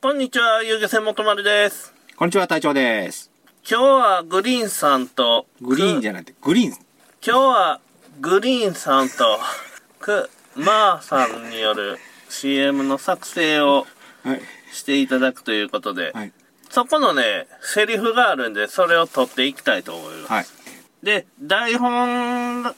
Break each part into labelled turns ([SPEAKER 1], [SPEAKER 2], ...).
[SPEAKER 1] こんにちは、遊漁船元丸です。
[SPEAKER 2] こんにちは、隊長です。
[SPEAKER 1] 今日はグリーンさんと、
[SPEAKER 2] グリーンじ
[SPEAKER 1] ゃ
[SPEAKER 2] ゃなくて、グリーン。
[SPEAKER 1] 今日はグリーンさんと、く、まーさんによる CM の作成を
[SPEAKER 2] はい。
[SPEAKER 1] していただくということで、
[SPEAKER 2] はい。
[SPEAKER 1] そこのね、セリフがあるんで、それを取っていきたいと思います。
[SPEAKER 2] はい。
[SPEAKER 1] で、台本が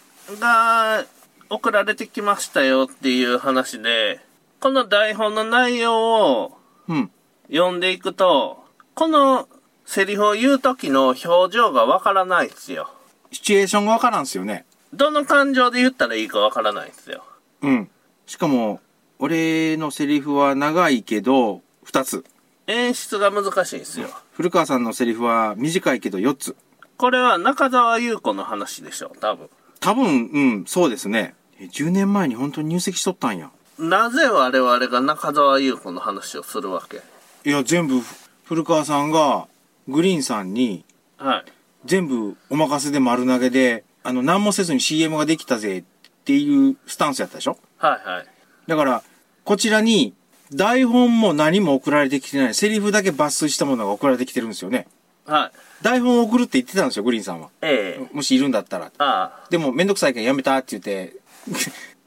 [SPEAKER 1] 送られてきましたよっていう話で、この台本の内容を
[SPEAKER 2] うん。
[SPEAKER 1] 読んでいくと、このセリフを言う時の表情がわからないんですよ。
[SPEAKER 2] シチュエーションがわからんすよね。
[SPEAKER 1] どの感情で言ったらいいかわからないんですよ。
[SPEAKER 2] うん。しかも、俺のセリフは長いけど、二つ。
[SPEAKER 1] 演出が難しいんですよ。
[SPEAKER 2] 古川さんのセリフは短いけど四つ。
[SPEAKER 1] これは中澤優子の話でしょ、多分。
[SPEAKER 2] 多分、うん、そうですね。え10年前に本当に入籍しとったんや。
[SPEAKER 1] なぜ我々が中澤優子の話をするわけ
[SPEAKER 2] いや、全部、古川さんが、グリーンさんに、
[SPEAKER 1] はい。
[SPEAKER 2] 全部お任せで丸投げで、あの、何もせずに CM ができたぜっていうスタンスやったでしょ
[SPEAKER 1] はいはい。
[SPEAKER 2] だから、こちらに、台本も何も送られてきてない。セリフだけ抜粋したものが送られてきてるんですよね。
[SPEAKER 1] はい。
[SPEAKER 2] 台本を送るって言ってたんですよ、グリーンさんは。
[SPEAKER 1] ええ
[SPEAKER 2] もしいるんだったら。
[SPEAKER 1] ああ。
[SPEAKER 2] でも、めんどくさいからやめたって言って、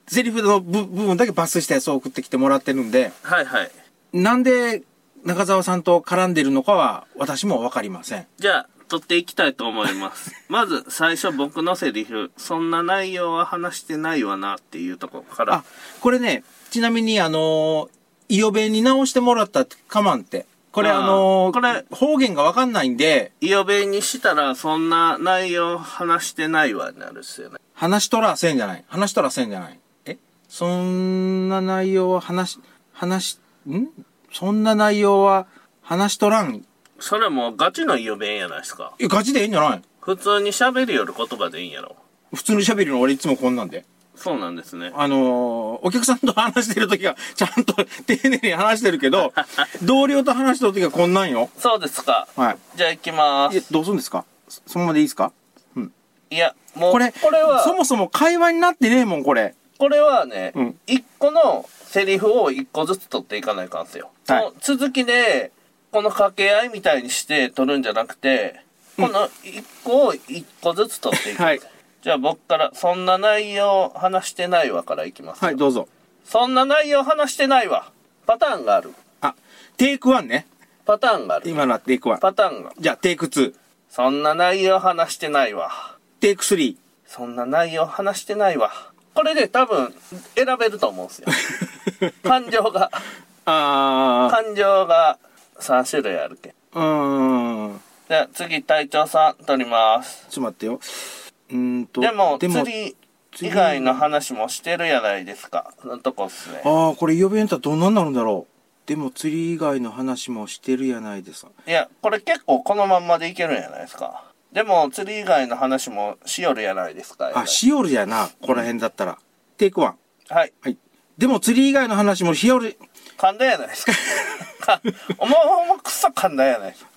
[SPEAKER 2] セリフの部部分だけ抜粋したやつを送ってきてもらってるんで、
[SPEAKER 1] はいはい。
[SPEAKER 2] なんで中澤さんと絡んでるのかは、私もわかりません。
[SPEAKER 1] じゃあ、取っていきたいと思い ます。まず、最初僕のセリフ。そんな内容は話してないわなっていうところから
[SPEAKER 2] あ。、これね、ちなみに、あのー、イオベに直してもらったカマンって。これ
[SPEAKER 1] あー
[SPEAKER 2] あのー
[SPEAKER 1] これ
[SPEAKER 2] 方言がわかんないんで、
[SPEAKER 1] イオベにしたら、そんな内容話してないわになるっすよね。
[SPEAKER 2] 話しとらせんじゃない。話しとらせんじゃない。えそんな内容は話し、話し、んそんな内容は話しとらん。
[SPEAKER 1] それもうガチのイオベやないですか。
[SPEAKER 2] え、ガチでいいんじゃない
[SPEAKER 1] 普通に喋るより言葉でいいんやろ。
[SPEAKER 2] 普通に喋るの俺いつもこんなんで。
[SPEAKER 1] そうなんですね。
[SPEAKER 2] あのーお客さんと話してる時は、ちゃんと 丁寧に話してる けど、同僚と話してる時はこんなんよ。
[SPEAKER 1] そうですか。
[SPEAKER 2] はい。
[SPEAKER 1] じゃあ行きま
[SPEAKER 2] いや
[SPEAKER 1] す。
[SPEAKER 2] どうするんですかそそのままでいいですかうん。
[SPEAKER 1] いや、もう、
[SPEAKER 2] これ、
[SPEAKER 1] これは、
[SPEAKER 2] そもそも会話になってねえもん、これ。
[SPEAKER 1] これはね
[SPEAKER 2] うん、
[SPEAKER 1] 一、個のセリフを一個ずつ取っていかないかんすよ。
[SPEAKER 2] はい
[SPEAKER 1] その続きで、この掛け合いみたいにして取るんじゃなくて、この一個を一個ずつ取っていく。
[SPEAKER 2] はい
[SPEAKER 1] じゃあ僕から、そんな内容話してないわからいきます。
[SPEAKER 2] はい、どうぞ。
[SPEAKER 1] そんな内容話してないわ。パターンがある。
[SPEAKER 2] あ、テイクワンね。
[SPEAKER 1] パターンがある。
[SPEAKER 2] 今のはテイクワン。
[SPEAKER 1] パターンが。
[SPEAKER 2] じゃあ、テイクツー。
[SPEAKER 1] そんな内容話してないわ。
[SPEAKER 2] テイクスリー。
[SPEAKER 1] そんな内容話してないわ。これで多分選べると思うん ですよ。感情が、
[SPEAKER 2] あ
[SPEAKER 1] 感情が3種類あるけん。
[SPEAKER 2] ー、うーん。
[SPEAKER 1] じゃあ次隊長さん取ります。
[SPEAKER 2] ちょっと待ってよ。うーんと。
[SPEAKER 1] でも
[SPEAKER 2] でも
[SPEAKER 1] 釣り以外の話もしてるやないですか。のとこっすね。
[SPEAKER 2] ああ、これ、呼びやったらどんなんなるんだろう。でも、釣り以外の話もしてるやないですか。
[SPEAKER 1] いや、これ結構このまんまでいけるんやないですか。でも釣り以外の話もしよるやないですか。
[SPEAKER 2] あ、しおるやな、ここら辺だったら。テイクワン。
[SPEAKER 1] はい。
[SPEAKER 2] はい。でも、釣り以外の話もしおる。
[SPEAKER 1] 噛んだやないですか。 かお前ほんまくそ噛んだやないですか。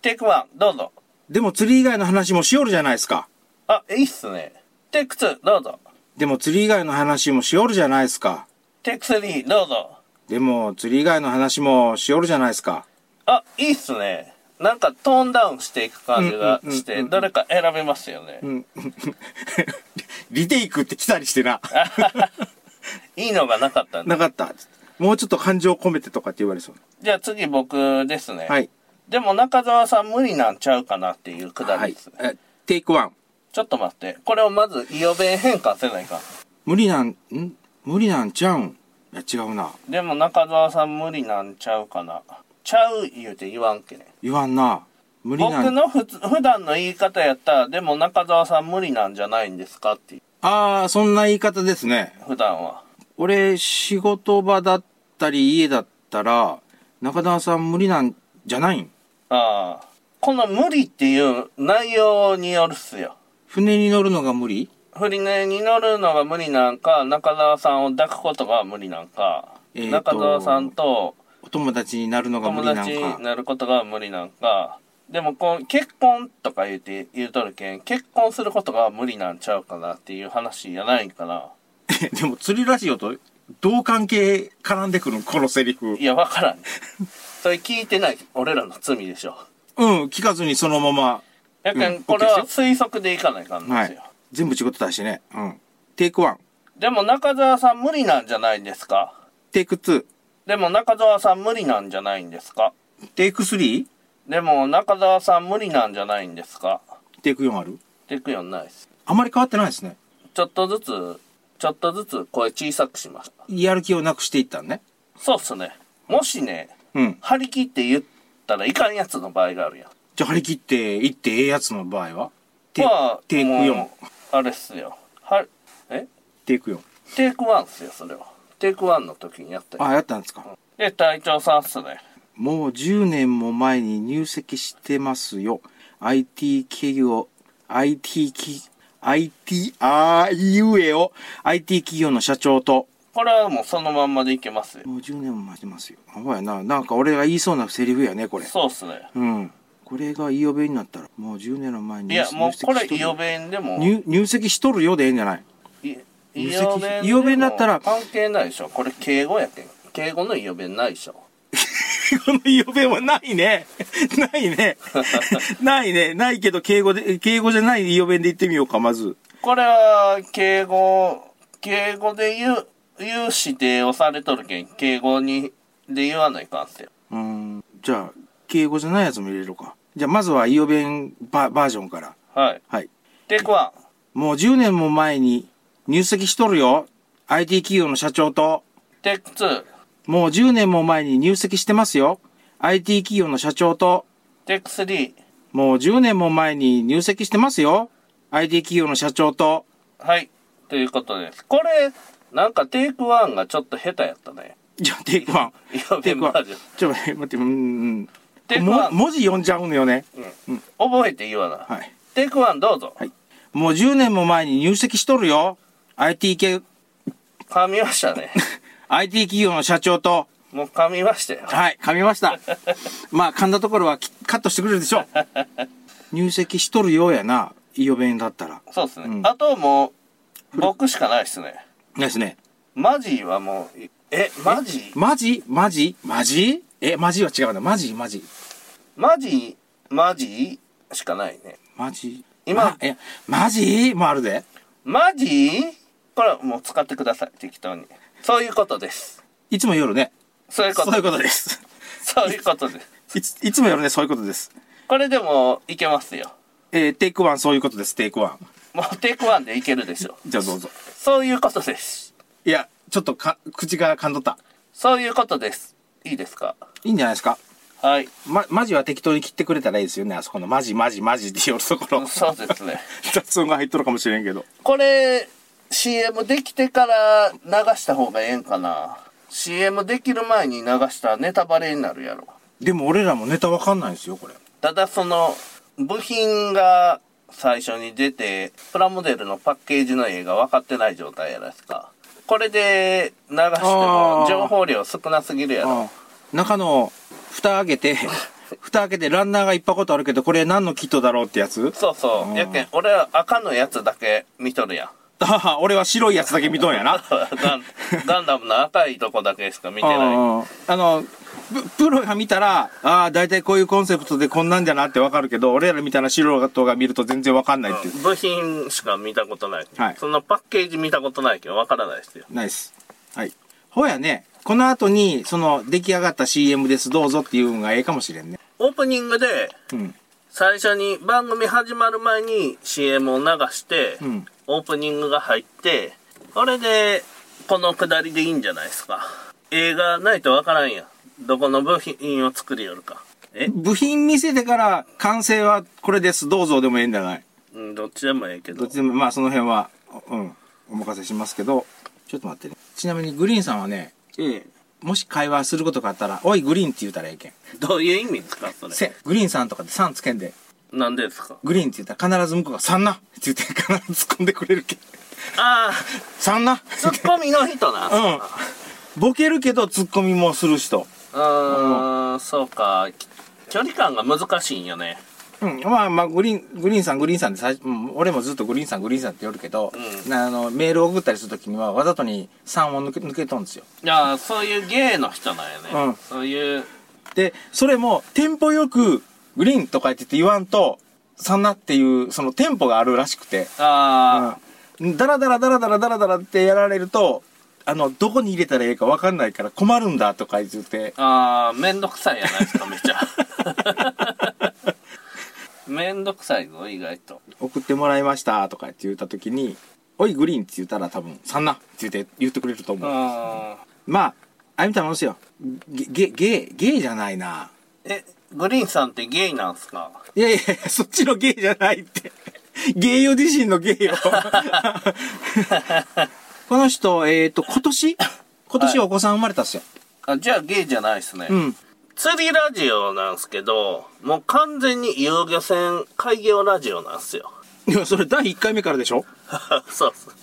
[SPEAKER 1] テイクワン、どうぞ。
[SPEAKER 2] でも、釣り以外の話もしおるじゃないですか。
[SPEAKER 1] あ、いいっすね。テイク2、どうぞ。
[SPEAKER 2] でも、釣り以外の話もしおるじゃないですか。
[SPEAKER 1] テイク3、どうぞ。
[SPEAKER 2] でも、釣り以外の話もしおるじゃないですか。
[SPEAKER 1] あ、いいっすね。なんかトーンダウンしていく感じがし
[SPEAKER 2] うんうんうん
[SPEAKER 1] て、
[SPEAKER 2] うん
[SPEAKER 1] どれか選べますよね。
[SPEAKER 2] うん。リテイクって来たりし てな。
[SPEAKER 1] いいのがなかったんで。
[SPEAKER 2] なかった。もうちょっと感情込めてとかって言われそう。
[SPEAKER 1] じゃあ次僕ですね。
[SPEAKER 2] はい。
[SPEAKER 1] でも中澤さん無理なんちゃうかなっていうくだ
[SPEAKER 2] は
[SPEAKER 1] り
[SPEAKER 2] い
[SPEAKER 1] ですね。。
[SPEAKER 2] えテイクワン。
[SPEAKER 1] ちょっと待って。これをまず、イオ弁変換せないかん。
[SPEAKER 2] 無理なん、ん無理なんちゃうん。いや、違うな。
[SPEAKER 1] でも中澤さん無理なんちゃうかな。ちゃう言うて言わんけね。
[SPEAKER 2] 言わんな。無理
[SPEAKER 1] 僕
[SPEAKER 2] なん。
[SPEAKER 1] のふつ普段の言い方やったら、でも中澤さん無理なんじゃないんですかっていう、
[SPEAKER 2] ああ、そんな言い方ですね。
[SPEAKER 1] 普段は。
[SPEAKER 2] 俺、仕事場だったり家だったら、中澤さん無理なんじゃないん
[SPEAKER 1] ああ。この無理っていう内容によるっすよ。
[SPEAKER 2] 船に乗るのが無理
[SPEAKER 1] 振り根に乗るのが無理なんか、中澤さんを抱くことが無理なんか、
[SPEAKER 2] えーと
[SPEAKER 1] 中澤さんと
[SPEAKER 2] お友達になるのが無
[SPEAKER 1] 友
[SPEAKER 2] 理なん
[SPEAKER 1] 達に
[SPEAKER 2] か。
[SPEAKER 1] なることが無理なんか、でもこう、結婚とか言うて、言うとるけん、結婚することが無理なんちゃうかなっていう話やないんかな。
[SPEAKER 2] でも釣りラジオとどう関係絡んでくるんこのセリフ
[SPEAKER 1] い。や、わからん。それ聞いてない俺らの罪でしょ。
[SPEAKER 2] うん、聞かずにそのまま。
[SPEAKER 1] やけ、
[SPEAKER 2] うんん
[SPEAKER 1] これ
[SPEAKER 2] OK
[SPEAKER 1] は
[SPEAKER 2] で
[SPEAKER 1] 推測でいかないかん
[SPEAKER 2] は
[SPEAKER 1] ですよ。
[SPEAKER 2] い。全部仕事出してね。うん。テイク1、
[SPEAKER 1] でも中澤さん無理なんじゃないんですか
[SPEAKER 2] テイク2、
[SPEAKER 1] でも中澤さん無理なんじゃないんですか
[SPEAKER 2] テイク3、
[SPEAKER 1] でも中澤さん無理なんじゃないんですか
[SPEAKER 2] テイク4ある
[SPEAKER 1] っていくようにないです。
[SPEAKER 2] あまり変わってないですね。
[SPEAKER 1] ちょっとずつ、ちょっとずつ声小さくしました。
[SPEAKER 2] やる気をなくしていったんね。
[SPEAKER 1] そうっすね。もしね、
[SPEAKER 2] うん。
[SPEAKER 1] 張り切って言ったらいかんやつの場合があるやん。
[SPEAKER 2] じゃあ張り切っていってええやつの場合はテ,、
[SPEAKER 1] まあ、
[SPEAKER 2] テイク4
[SPEAKER 1] も。うあれっすよ。は、え
[SPEAKER 2] テイク4。
[SPEAKER 1] テイク1っすよ、それは。テイク1の時にやったよ。
[SPEAKER 2] ああ、やったんですか。
[SPEAKER 1] で、隊長さんっすね。
[SPEAKER 2] もう10年も前に入籍してますよ。IT 企業、IT 企、IT、あいうえを、IT 企業の社長と、
[SPEAKER 1] これはもうそのまんまでいけますよ。
[SPEAKER 2] もう10年も待ってますよ。あほやな。なんか俺が言いそうなセリフやね、これ。
[SPEAKER 1] そうっすね。
[SPEAKER 2] うん。これがイオベになったら、もう10年の前に
[SPEAKER 1] い
[SPEAKER 2] 入
[SPEAKER 1] や、もうこれ、
[SPEAKER 2] 入籍しとる
[SPEAKER 1] イオベンでも、
[SPEAKER 2] 入入籍しとるよでええんじゃない
[SPEAKER 1] い
[SPEAKER 2] 入
[SPEAKER 1] イ
[SPEAKER 2] 籍
[SPEAKER 1] オベンでも
[SPEAKER 2] イオベンだったら
[SPEAKER 1] 関係ないでしょ。これ敬語やけん。敬語のイオベンないでしょ。
[SPEAKER 2] このイオベはないね。ないね。ないね。ないけど、敬語で、敬語じゃないイオベで言ってみようか、まず。
[SPEAKER 1] これは敬語敬語で言う言う指定をされとるけん敬語にで言わないかんすよ
[SPEAKER 2] うーん。じゃあ、敬語じゃないやつも入れるか。じゃあ、まずはイオベババージョンから。
[SPEAKER 1] はい
[SPEAKER 2] はい。
[SPEAKER 1] テイクワン
[SPEAKER 2] もう10年も前に入籍しとるよ。IT 企業の社長と。
[SPEAKER 1] テイクツー
[SPEAKER 2] もう10年も前に入籍してますよ。IT 企業の社長と。
[SPEAKER 1] テイクスリー
[SPEAKER 2] もう10年も前に入籍してますよ。IT 企業の社長と。
[SPEAKER 1] はいということですこれなんかテイクワンがちょっと下手やったね
[SPEAKER 2] じゃあ、テイクワン。
[SPEAKER 1] イオ
[SPEAKER 2] テ
[SPEAKER 1] ベ
[SPEAKER 2] イ
[SPEAKER 1] ン
[SPEAKER 2] ク
[SPEAKER 1] バ
[SPEAKER 2] ワ
[SPEAKER 1] ー
[SPEAKER 2] ン
[SPEAKER 1] ジョン。
[SPEAKER 2] ちょ、待って、うん、
[SPEAKER 1] テ
[SPEAKER 2] う
[SPEAKER 1] イ
[SPEAKER 2] ん。
[SPEAKER 1] クワ
[SPEAKER 2] も
[SPEAKER 1] ン
[SPEAKER 2] 文字読んじゃうのよね。
[SPEAKER 1] 覚えて言わな、
[SPEAKER 2] はい。
[SPEAKER 1] テイクワンどうぞ、
[SPEAKER 2] はいもう10年も前に入籍しとるよ。IT 系、
[SPEAKER 1] 噛みましたね
[SPEAKER 2] IT 企業の社長と。
[SPEAKER 1] もう噛みましたよ
[SPEAKER 2] はい、噛みました。まあ、噛んだところはきカットしてくれるでし ょう。入籍しとるようやな、イオベンだったら。
[SPEAKER 1] そうですね、
[SPEAKER 2] うん
[SPEAKER 1] あともう僕しかないっすね
[SPEAKER 2] ですね。
[SPEAKER 1] マジはもうえマジ
[SPEAKER 2] マジマジマジえ、マジは違うな。マジマジ。
[SPEAKER 1] マジマジしかないね
[SPEAKER 2] マジ
[SPEAKER 1] 今
[SPEAKER 2] まえ、マジもあるで。
[SPEAKER 1] マジこれはもう使ってください適当にそういうことです
[SPEAKER 2] いつも夜ね。
[SPEAKER 1] そういうこ
[SPEAKER 2] そ
[SPEAKER 1] と
[SPEAKER 2] ういうことです。
[SPEAKER 1] そういうことです
[SPEAKER 2] いつ、いつも夜ね、そういうことです。
[SPEAKER 1] これでもいけますよ
[SPEAKER 2] えーテイクワン、そういうことです、テイクワン。
[SPEAKER 1] もうテイクワンでいけるでしょ
[SPEAKER 2] じゃあどうぞ。
[SPEAKER 1] そういうことです
[SPEAKER 2] いや、ちょっとか、口が噛んどった。
[SPEAKER 1] そういうことですいいですか
[SPEAKER 2] いいんじゃないですか。
[SPEAKER 1] はい
[SPEAKER 2] ま、マジは適当に切ってくれたらいいですよね、あそこの。マジマジマジって言うとこ ろ。
[SPEAKER 1] そうですね
[SPEAKER 2] 雑音が入っとるかもしれんけど。
[SPEAKER 1] これ CM できてから流した方がええんかな CM できる前に流したらネタバレになるやろ
[SPEAKER 2] でも俺らもネタわかんないんですよ、これ。
[SPEAKER 1] ただその部品が最初に出てプラモデルのパッケージの絵が分かってない状態やないですかこれで流して
[SPEAKER 2] あ
[SPEAKER 1] も
[SPEAKER 2] ー
[SPEAKER 1] 情報量少なすぎるやろ
[SPEAKER 2] 中の、蓋開け て、蓋開けてランナーがいっぱいことあるけど、これ何のキットだろうってやつ
[SPEAKER 1] そうそう、やけん俺は赤のやつだけ見とるやん
[SPEAKER 2] あはは俺は白いやつだけ見とんやな。
[SPEAKER 1] ガンガンダムの赤いとこだけしか見てない
[SPEAKER 2] ああのププロが見たらああ大体こういうコンセプトでこんなんじゃなってわかるけど俺らみたいな素人が見ると全然わかんないっていう、
[SPEAKER 1] 部品しか見たことない、
[SPEAKER 2] はい
[SPEAKER 1] そのパッケージ見たことないけど分からないですよ
[SPEAKER 2] ナイスはいほやねこの後にその出来上がった CM ですどうぞっていうのがええかもしれんね
[SPEAKER 1] オープニングで
[SPEAKER 2] うん
[SPEAKER 1] 最初に番組始まる前に CM を流して、
[SPEAKER 2] うん
[SPEAKER 1] オープニングが入ってこれでこのくだりでいいんじゃないですか映画ないとわからんやんどこの部品を作りよるかえ、
[SPEAKER 2] 部品見せてから完成はこれですどうぞでもええんじゃない
[SPEAKER 1] うん、どっちでもええけ
[SPEAKER 2] ど
[SPEAKER 1] ど
[SPEAKER 2] っちでもまあその辺はうんお任せしますけどちょっと待ってねちなみにグリーンさんはね
[SPEAKER 1] うん
[SPEAKER 2] もし会話することがあったら「おいグリーン」って言うたらええけん
[SPEAKER 1] どういう意味ですかそれ
[SPEAKER 2] せグリーンさんとかで「さん」つけんで
[SPEAKER 1] なんでですか
[SPEAKER 2] グリーンって言ったら必ず向こうが「さんな」って言って必ず突っ込んでくれるけん
[SPEAKER 1] ああ
[SPEAKER 2] 「さんな」
[SPEAKER 1] ツッコミの人なんす
[SPEAKER 2] うん
[SPEAKER 1] か
[SPEAKER 2] ボケるけど突っ込みもする人
[SPEAKER 1] うーんそうかき距離感が難しいんよね
[SPEAKER 2] うんまあまあグリーングリーンさんグリーンさんって最初、うん俺もずっとグリーンさんグリーンさんって言うけど、
[SPEAKER 1] う
[SPEAKER 2] なあのメール送ったりするときにはわざとに「さん」を抜け抜けとんですよ
[SPEAKER 1] いやーそういう芸の人なんやね、
[SPEAKER 2] うん
[SPEAKER 1] そういう
[SPEAKER 2] で、それも、テンポよく、グリーンとか言ってて言わんと、サナっていう、そのテンポがあるらしくて。
[SPEAKER 1] あ
[SPEAKER 2] ダラダラダラダラダラダラってやられると、あの、どこに入れたらいいか分かんないから困るんだとか言って
[SPEAKER 1] あ、、ああ、めんどくさいやないですか、めちゃ。 めんどくさいぞ、意外と。
[SPEAKER 2] 送ってもらいましたとかって言った時に、おいグリーンって言ったら多分、サンナって言って、言ってくれると
[SPEAKER 1] う
[SPEAKER 2] 思う。
[SPEAKER 1] ん。
[SPEAKER 2] まあ、あいみたいなもんですよ。ゲ、ゲ、ゲ、ゲイじゃないな。
[SPEAKER 1] え、グリーンさんってゲイなんすか
[SPEAKER 2] いやいやいや、そっちのゲイじゃないって。ゲイよ自身のゲ イよ。この人、えっ、と、今年今年お子さん生まれたっすよ。
[SPEAKER 1] あ、じゃあゲイじゃないですね。
[SPEAKER 2] うん。
[SPEAKER 1] 釣りラジオなんすけど、もう完全に遊漁船開業ラジオなんすよ。
[SPEAKER 2] いや、それ第1回目からでしょ
[SPEAKER 1] そうそう。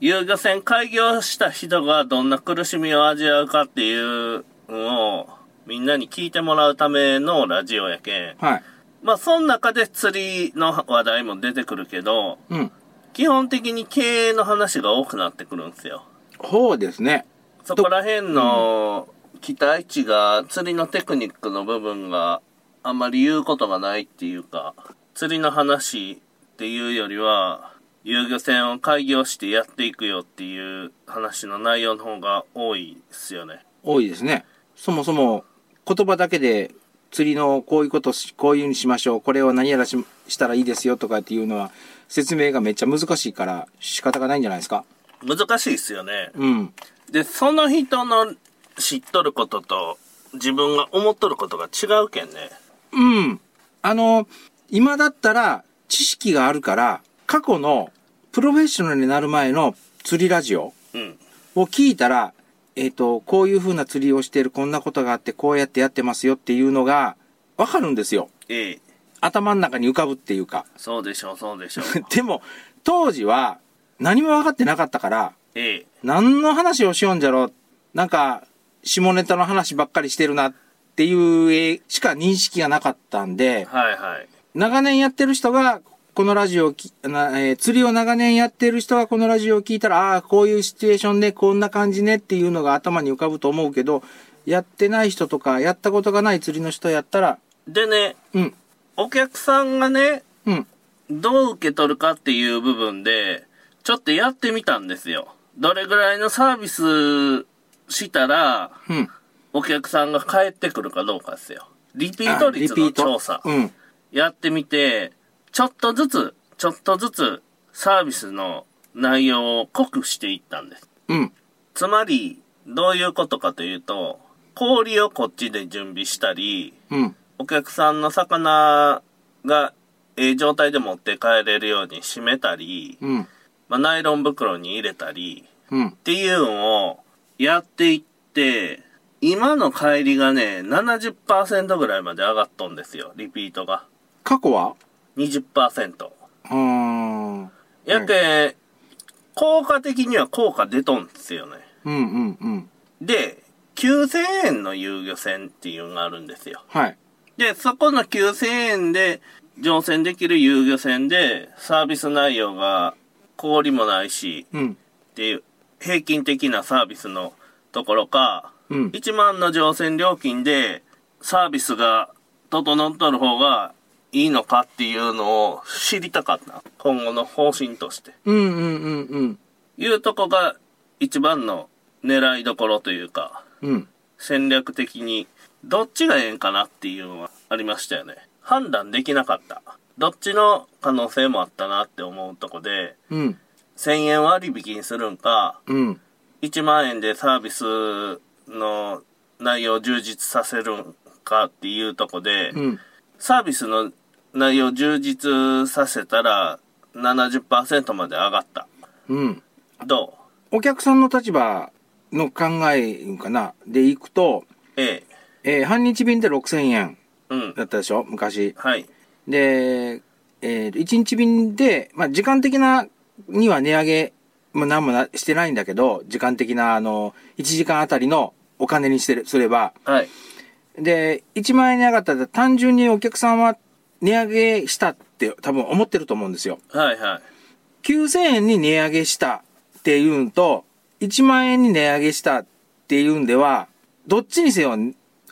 [SPEAKER 1] 遊漁船開業した人がどんな苦しみを味わうかっていうのをみんなに聞いてもらうためのラジオやけん。
[SPEAKER 2] はい。
[SPEAKER 1] まあ、その中で釣りの話題も出てくるけど、
[SPEAKER 2] うん。
[SPEAKER 1] 基本的に経営の話が多くなってくるんですよ。
[SPEAKER 2] ほうですね。
[SPEAKER 1] そこら辺の期待値が釣りのテクニックの部分があんまり言うことがないっていうか釣りの話っていうよりは遊漁船を開業してやっていくよっていう話の内容の方が多いっすよね。
[SPEAKER 2] 多いですね。そもそも、言葉だけで、釣りのこういうことし、こういうふうにしましょう、これを何やらししたらいいですよとかっていうのは、説明がめっちゃ難しいから仕方がないんじゃないですか。
[SPEAKER 1] 難しいっすよね。
[SPEAKER 2] うん。
[SPEAKER 1] で、その人の知っとることと自分が思っとることが違うけんね。
[SPEAKER 2] うん。あの、今だったら知識があるから、過去のプロフェッショナルになる前の釣りラジオ
[SPEAKER 1] うん。
[SPEAKER 2] を聞いたら、えっ、と、こういう風な釣りをしている、こんなことがあって、こうやってやってますよっていうのが、わかるんですよ。
[SPEAKER 1] ええ。
[SPEAKER 2] 頭の中に浮かぶっていうか。
[SPEAKER 1] そうでしょう、そう でしょう。
[SPEAKER 2] でも、当時は何も分かってなかったから、
[SPEAKER 1] ええ。
[SPEAKER 2] 何の話をしようんじゃろなんか、下ネタの話ばっかりしてるなっていうえしか認識がなかったんで、
[SPEAKER 1] はいはい。
[SPEAKER 2] 長年やってる人が、このラジオをき、なえー釣りを長年やってる人がこのラジオを聞いたら、ああ、こういうシチュエーションね、こんな感じねっていうのが頭に浮かぶと思うけど、やってない人とか、やったことがない釣りの人やったら、
[SPEAKER 1] でね、
[SPEAKER 2] うん、
[SPEAKER 1] お客さんがね、
[SPEAKER 2] うん、
[SPEAKER 1] どう受け取るかっていう部分で、ちょっとやってみたんですよ。どれぐらいのサービスしたら、
[SPEAKER 2] うん。
[SPEAKER 1] お客さんが帰ってくるかどうかですよ。リピート率
[SPEAKER 2] あ
[SPEAKER 1] の調査。
[SPEAKER 2] うん。
[SPEAKER 1] やってみて、ちょっとずつ、ちょっとずつ、サービスの内容を濃くしていったんです。
[SPEAKER 2] うん。
[SPEAKER 1] つまり、どういうことかというと、氷をこっちで準備したり、
[SPEAKER 2] うん。
[SPEAKER 1] お客さんの魚がええ状態で持って帰れるように締めたり、
[SPEAKER 2] うん。
[SPEAKER 1] まあ、ナイロン袋に入れたり
[SPEAKER 2] うん
[SPEAKER 1] っ。ていうのをやっていって今の帰りがね70%ぐらいまで上がっとんですよリピートが
[SPEAKER 2] 過去は
[SPEAKER 1] 20%
[SPEAKER 2] うーん。
[SPEAKER 1] やけ、効果的には効果出とんですよね
[SPEAKER 2] うんうんうん。
[SPEAKER 1] で9000円の遊漁船っていうのがあるんですよ
[SPEAKER 2] はい。
[SPEAKER 1] で、そこの9000円で乗船できる遊漁船で、サービス内容が氷もないし、
[SPEAKER 2] うん。
[SPEAKER 1] っていう、平均的なサービスのところか、
[SPEAKER 2] うん。
[SPEAKER 1] 1万の乗船料金で、サービスが整っとる方がいいのかっていうのを知りたかった。今後の方針として。
[SPEAKER 2] うんうんうんうん。
[SPEAKER 1] いうとこが一番の狙いどころというか、
[SPEAKER 2] うん。
[SPEAKER 1] 戦略的にどっちがええんかなっていうのはありましたよね判断できなかったどっちの可能性もあったなって思うとこで
[SPEAKER 2] うん。
[SPEAKER 1] 1000円割引にするんか
[SPEAKER 2] うん。
[SPEAKER 1] 1万円でサービスの内容を充実させるんかっていうとこで、
[SPEAKER 2] うん。
[SPEAKER 1] サービスの内容を充実させたら70%まで上がった
[SPEAKER 2] うん。
[SPEAKER 1] ど
[SPEAKER 2] お客さんの立場の考えかなでいくと、
[SPEAKER 1] うええ
[SPEAKER 2] えー半日便で6000円
[SPEAKER 1] うん
[SPEAKER 2] だったでしょ昔。
[SPEAKER 1] はい
[SPEAKER 2] で、え1日便で、まあ、時間的なには値上げ、まあ、何もなしてないんだけど、時間的な、あの、1時間あたりのお金にしてる、すれば、
[SPEAKER 1] はい
[SPEAKER 2] で、1万円に上がったら単純にお客さんは値上げしたって多分思ってると思うんですよ。
[SPEAKER 1] はいはい
[SPEAKER 2] 9000円に値上げしたっていうんと、1万円に値上げしたっていうんでは、どっちにせよ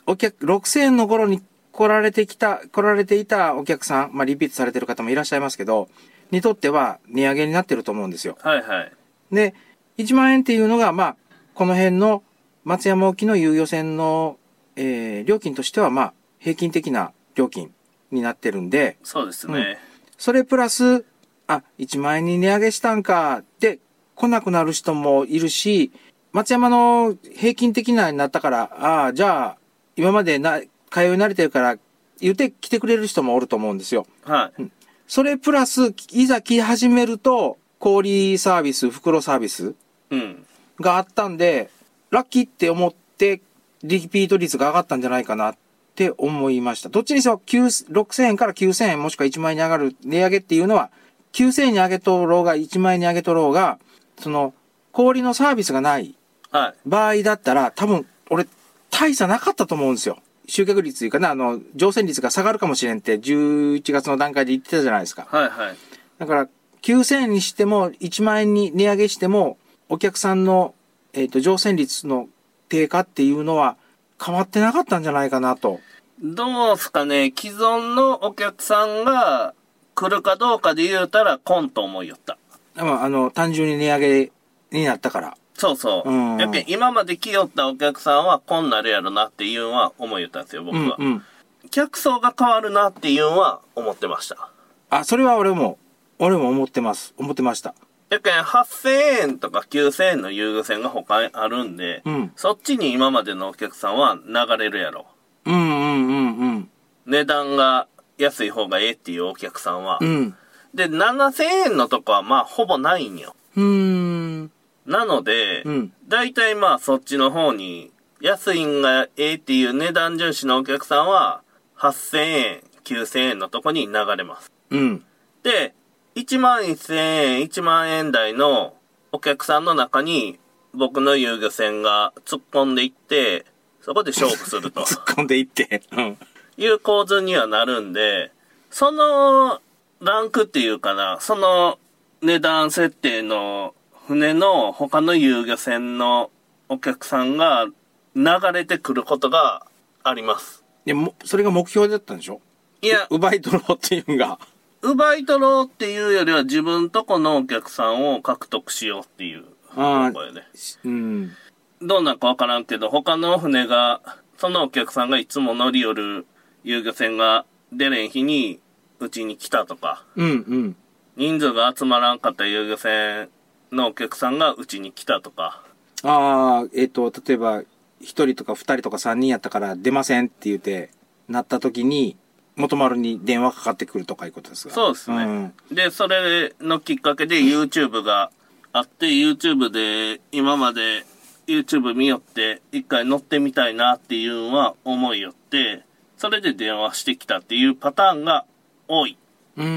[SPEAKER 2] お客、6000円の頃に来られてきた、来られていたお客さん、まあ、リピートされてる方もいらっしゃいますけど、にとっては値上げになってると思うんですよ。
[SPEAKER 1] はいはい。
[SPEAKER 2] で、1万円っていうのが、まあ、この辺の松山沖の遊漁船の、えー料金としては、まあ、平均的な料金になってるんで、
[SPEAKER 1] そうですね。
[SPEAKER 2] それプラス、あ、1万円に値上げしたんか、で、来なくなる人もいるし、松山の平均的なになったから、ああ、じゃあ、今までな、通い慣れてるから、言って来てくれる人もおると思うんですよ。
[SPEAKER 1] はい。
[SPEAKER 2] それプラス、いざ来始めると、氷サービス、袋サービス
[SPEAKER 1] うん。
[SPEAKER 2] があったんで、ラッキーって思って、リピート率が上がったんじゃないかなって思いました。どっちにせよ、9 6000円から9000円もしくは1万円に上がる値上げっていうのは、9000円に上げとろうが、1万円に上げとろうが、その、氷のサービスがない
[SPEAKER 1] はい。
[SPEAKER 2] 場合だったら、多分、俺、大差なかったと思うんですよ。集客率というかな、あの、乗船率が下がるかもしれんって、11月の段階で言ってたじゃないですか。
[SPEAKER 1] はいはい。
[SPEAKER 2] だから、9000円にしても、1万円に値上げしても、お客さんの、えっ、と、乗船率の低下っていうのは、変わってなかったんじゃないかなと。
[SPEAKER 1] どうすかね、既存のお客さんが来るかどうかで言うたら、来んと思いよった。
[SPEAKER 2] まあ、あの、単純に値上げになったから。
[SPEAKER 1] そうそう。
[SPEAKER 2] うん
[SPEAKER 1] やけん今まで来よったお客さんは、こんなるやろなっていうのは思いよったんですよ、僕
[SPEAKER 2] うん
[SPEAKER 1] は。
[SPEAKER 2] うん。
[SPEAKER 1] 客層が変わるなっていうのは思ってました。
[SPEAKER 2] あ、それは俺も、俺も思ってます。思ってました。
[SPEAKER 1] やけん、8000円とか9000円の優遇船が他にあるんで、
[SPEAKER 2] うん
[SPEAKER 1] そっちに今までのお客さんは流れるやろ。
[SPEAKER 2] うんうんうんうん。
[SPEAKER 1] 値段が安い方がええっていうお客さんは。
[SPEAKER 2] うん。
[SPEAKER 1] で、7000円のとこはまあほぼないんよ。
[SPEAKER 2] うーん。
[SPEAKER 1] なので、
[SPEAKER 2] うん
[SPEAKER 1] だいたいまあそっちの方に、安いんがええっていう値段重視のお客さんは、8000円、9000円のとこに流れます。
[SPEAKER 2] うん。
[SPEAKER 1] で、1万1000円、1万円台のお客さんの中に、僕の遊漁船が突っ込んでいって、そこで勝負する と
[SPEAKER 2] 突っ込んでいって。うん。
[SPEAKER 1] いう構図にはなるんで、そのランクっていうかな、その値段設定の船の他の遊漁船のお客さんが流れてくることがあります。
[SPEAKER 2] でも、それが目標だったんでしょ
[SPEAKER 1] いや、
[SPEAKER 2] 奪い取ろうっていうのが。
[SPEAKER 1] 奪い取ろうっていうよりは自分とこのお客さんを獲得しようっていう
[SPEAKER 2] あー
[SPEAKER 1] これね。
[SPEAKER 2] うん。
[SPEAKER 1] どうなんかわからんけど、他の船が、そのお客さんがいつも乗り寄る遊漁船が出れん日に、うちに来たとか、
[SPEAKER 2] うんうん。
[SPEAKER 1] 人数が集まらんかった遊漁船のお客さんがうちに来たとか、
[SPEAKER 2] ああ、えっ、と、例えば、一人とか二人とか三人やったから出ませんって言って、なった時に、元丸に電話かかってくるとかいうことですが。
[SPEAKER 1] そうですね。で、それのきっかけで YouTube があって、YouTube で今まで YouTube 見よって、一回乗ってみたいなっていうのは思いよって、それで電話してきたっていうパターンが多い。
[SPEAKER 2] うん。うー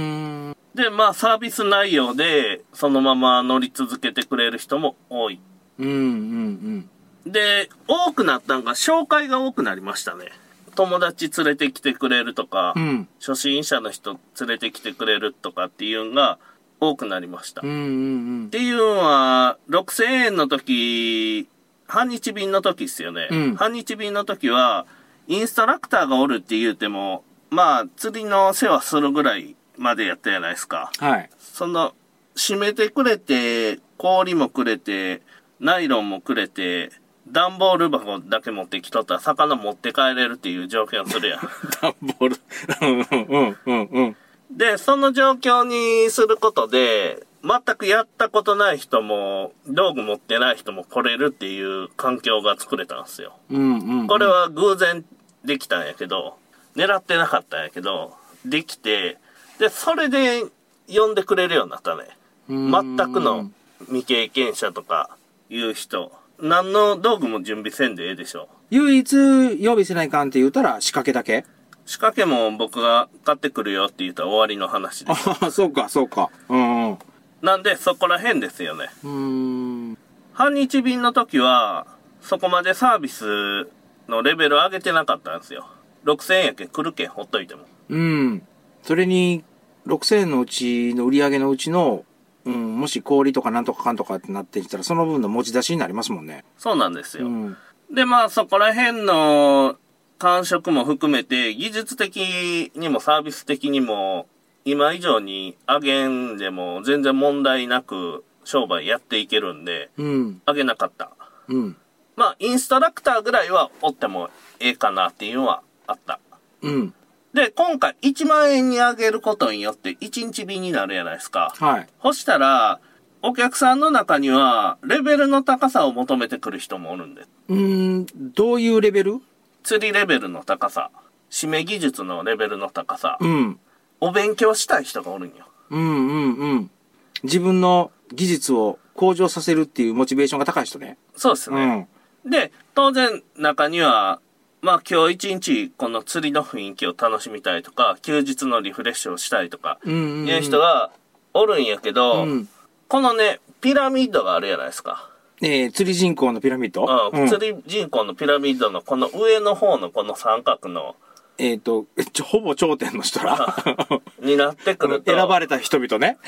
[SPEAKER 2] ん。
[SPEAKER 1] で、まあサービス内容でそのまま乗り続けてくれる人も多い。
[SPEAKER 2] うんうん
[SPEAKER 1] で、多くなったんが紹介が多くなりましたね。友達連れてきてくれるとか、
[SPEAKER 2] うん。うん。
[SPEAKER 1] 初心者の人連れてきてくれるとかっていうのが多くなりました。
[SPEAKER 2] うんう
[SPEAKER 1] っ
[SPEAKER 2] ん
[SPEAKER 1] ていうのは、6000円の時、半日便の時ですよね。
[SPEAKER 2] うん
[SPEAKER 1] 半日便の時は、インストラクターがおるって言うても、まあ、釣りの世話するぐらいまでやったじゃないですか。
[SPEAKER 2] うん。はい。
[SPEAKER 1] その、締めてくれて、氷もくれて、ナイロンもくれて、段ボール箱だけ持ってきとったら魚持って帰れるっていう条件をするやん。
[SPEAKER 2] ダンボール。うんうんうんうん。
[SPEAKER 1] で、その状況にすることで、全くやったことない人も、道具持ってない人も来れるっていう環境が作れたんですよ。
[SPEAKER 2] うんうんうん。
[SPEAKER 1] これは偶然できたんやけど、狙ってなかったんやけど、できて、で、それで呼んでくれるようになったね。全くの未経験者とかいう人。何の道具も準備せんでええでしょ
[SPEAKER 2] 唯一、予備せないかんって言うたら仕掛けだけ
[SPEAKER 1] 仕掛けも僕が買ってくるよって言ったら終わりの話です。
[SPEAKER 2] ああ、そうかそうか。うんうん。
[SPEAKER 1] なんでそこら辺ですよね。
[SPEAKER 2] うーん。
[SPEAKER 1] 半日便の時は、そこまでサービスのレベル上げてなかったんですよ。6000円やけん来るけんほっといても。
[SPEAKER 2] うん。それに、6000円のうちの売り上げのうちの、うん、もし氷とかなんとかかんとかってなってきたら、その分の持ち出しになりますもんね。
[SPEAKER 1] そうなんですよ。
[SPEAKER 2] うん。
[SPEAKER 1] で、まあそこら辺の感触も含めて、技術的にもサービス的にも、今以上に上げんでも全然問題なく商売やっていけるんで、
[SPEAKER 2] うん。
[SPEAKER 1] 上げなかった。
[SPEAKER 2] うん。
[SPEAKER 1] まあ、インストラクターぐらいはおってもええかなっていうのはあった。
[SPEAKER 2] うん。
[SPEAKER 1] で、今回1万円に上げることによって1日便になるじゃないですか。
[SPEAKER 2] はい。
[SPEAKER 1] そしたら、お客さんの中には、レベルの高さを求めてくる人もおるんで。
[SPEAKER 2] うーん、どういうレベル
[SPEAKER 1] 釣りレベルの高さ、締め技術のレベルの高さ、
[SPEAKER 2] うん。
[SPEAKER 1] お勉強したい人がおるんよ。
[SPEAKER 2] うんうんうん。自分の技術を向上させるっていうモチベーションが高い人ね。
[SPEAKER 1] そうです
[SPEAKER 2] う
[SPEAKER 1] ね。
[SPEAKER 2] ん。
[SPEAKER 1] で、当然中には、まあ今日一日この釣りの雰囲気を楽しみたいとか、休日のリフレッシュをしたいとか、
[SPEAKER 2] うんうん、うん。
[SPEAKER 1] いう人がおるんやけど、
[SPEAKER 2] うん。
[SPEAKER 1] このね、ピラミッドがあるじゃないですか。
[SPEAKER 2] えー、釣り人口のピラミッド
[SPEAKER 1] うん、
[SPEAKER 2] うん
[SPEAKER 1] 釣り人口のピラミッドのこの上の方のこの三角の、
[SPEAKER 2] えっ、とちょ、ほぼ頂点の人ら。
[SPEAKER 1] になってくると、
[SPEAKER 2] 選ばれた人々ね。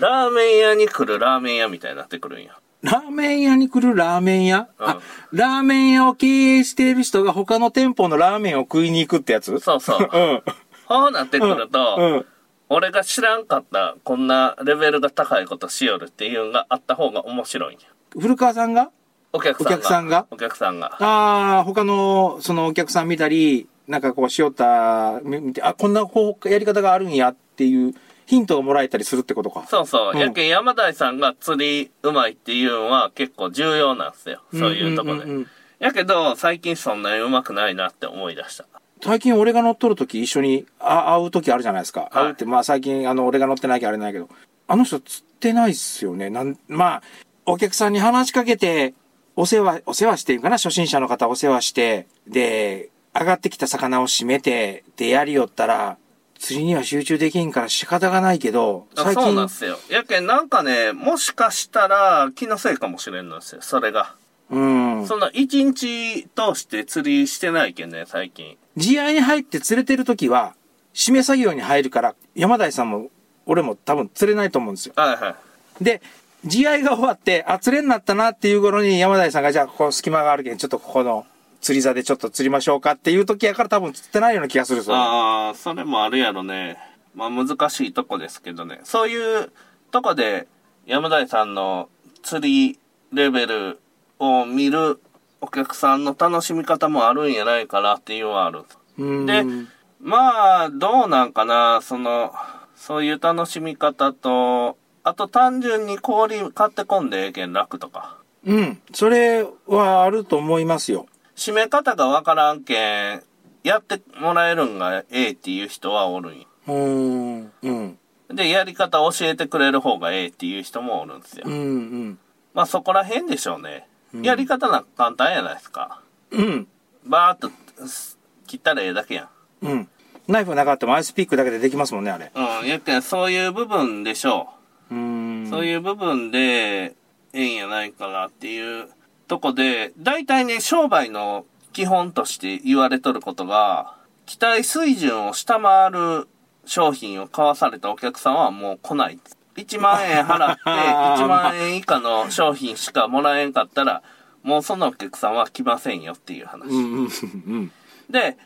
[SPEAKER 1] ラーメン屋に来るラーメン屋みたいになってくるんや。
[SPEAKER 2] ラーメン屋に来るラーメン屋、
[SPEAKER 1] うん
[SPEAKER 2] あ、ラーメン屋を経営している人が他の店舗のラーメンを食いに行くってやつ
[SPEAKER 1] そう そう。
[SPEAKER 2] うん。
[SPEAKER 1] そうなってくると、
[SPEAKER 2] うん。
[SPEAKER 1] 俺が知らんかった、こんなレベルが高いことしよるっていうのがあった方が面白いんや。
[SPEAKER 2] 古川さんが
[SPEAKER 1] お客さんが。
[SPEAKER 2] お客さんが
[SPEAKER 1] お客さんが
[SPEAKER 2] ああ、他の、そのお客さん見たり、なんかこう、しよった、み見て、あ、こんなこうやり方があるんやっていうヒントがもらえたりするってことか。
[SPEAKER 1] そうそう。
[SPEAKER 2] うん
[SPEAKER 1] やけん山台さんが釣りうまいっていうのは結構重要なんですよ。そういうとこ
[SPEAKER 2] んんんう
[SPEAKER 1] で
[SPEAKER 2] ん。
[SPEAKER 1] やけど、最近そんなにうまくないなって思い出した。
[SPEAKER 2] 最近俺が乗っとるとき一緒にあ会うときあるじゃないですか。
[SPEAKER 1] はい
[SPEAKER 2] 会うって、まあ最近あの俺が乗ってなきゃあれないけど、あの人釣ってないっすよね。なん、まあ、お客さんに話しかけて、お世話、お世話していいかな初心者の方お世話して、で、上がってきた魚を締めて、でやりよったら、釣りには集中できんから仕方がないけど、
[SPEAKER 1] あ
[SPEAKER 2] 最
[SPEAKER 1] そうなん
[SPEAKER 2] 近
[SPEAKER 1] で、すよ。やけんなんかね、もしかしたら気のせいかもしれんのですよ。それが。
[SPEAKER 2] うん。
[SPEAKER 1] そんな一日通して釣りしてないけんね、最近。
[SPEAKER 2] 地合に入って釣れてるときは、締め作業に入るから、山台さんも、俺も多分釣れないと思うんですよ。
[SPEAKER 1] はいはい。
[SPEAKER 2] で、試合が終わって、あ、釣れになったなっていう頃に山台さんが、じゃあ、ここ隙間があるけん、ちょっとここの釣り座でちょっと釣りましょうかっていう時やから多分釣ってないような気がするんですよね
[SPEAKER 1] ああ、それもあるやろね。まあ難しいとこですけどね。そういうとこで山田さんの釣りレベルを見るお客さんの楽しみ方もあるんやないかなっていうのはある。
[SPEAKER 2] うー
[SPEAKER 1] で
[SPEAKER 2] ん。、
[SPEAKER 1] まあどうなんかな、その、そういう楽しみ方と、あと単純に氷買ってこんでええけん楽とか。
[SPEAKER 2] うん。それはあると思いますよ。
[SPEAKER 1] 締め方がわからんけん、やってもらえるんがええっていう人はおるんよ
[SPEAKER 2] うーん。うん。
[SPEAKER 1] で、やり方教えてくれる方がええっていう人もおるんですよ。
[SPEAKER 2] うん。うん。
[SPEAKER 1] まあそこら辺でしょうね。やり方なんか簡単やないですか。
[SPEAKER 2] うん。
[SPEAKER 1] バーっとす切ったらええだけやん。
[SPEAKER 2] うん。ナイフなかったもアイスピックだけでできますもんね、あれ。
[SPEAKER 1] うん、やっけんそういう部分でしょ
[SPEAKER 2] うー
[SPEAKER 1] う。
[SPEAKER 2] ん。
[SPEAKER 1] そういう部分で、ええんやないかなっていうとこで、大体ね、商売の基本として言われとることが、期待水準を下回る商品を買わされたお客さんはもう来ない。1万円払って1万円以下の商品しかもらえんかったら、もうそのお客さんは来ませんよっていう話。
[SPEAKER 2] うん。うん。うん。
[SPEAKER 1] で、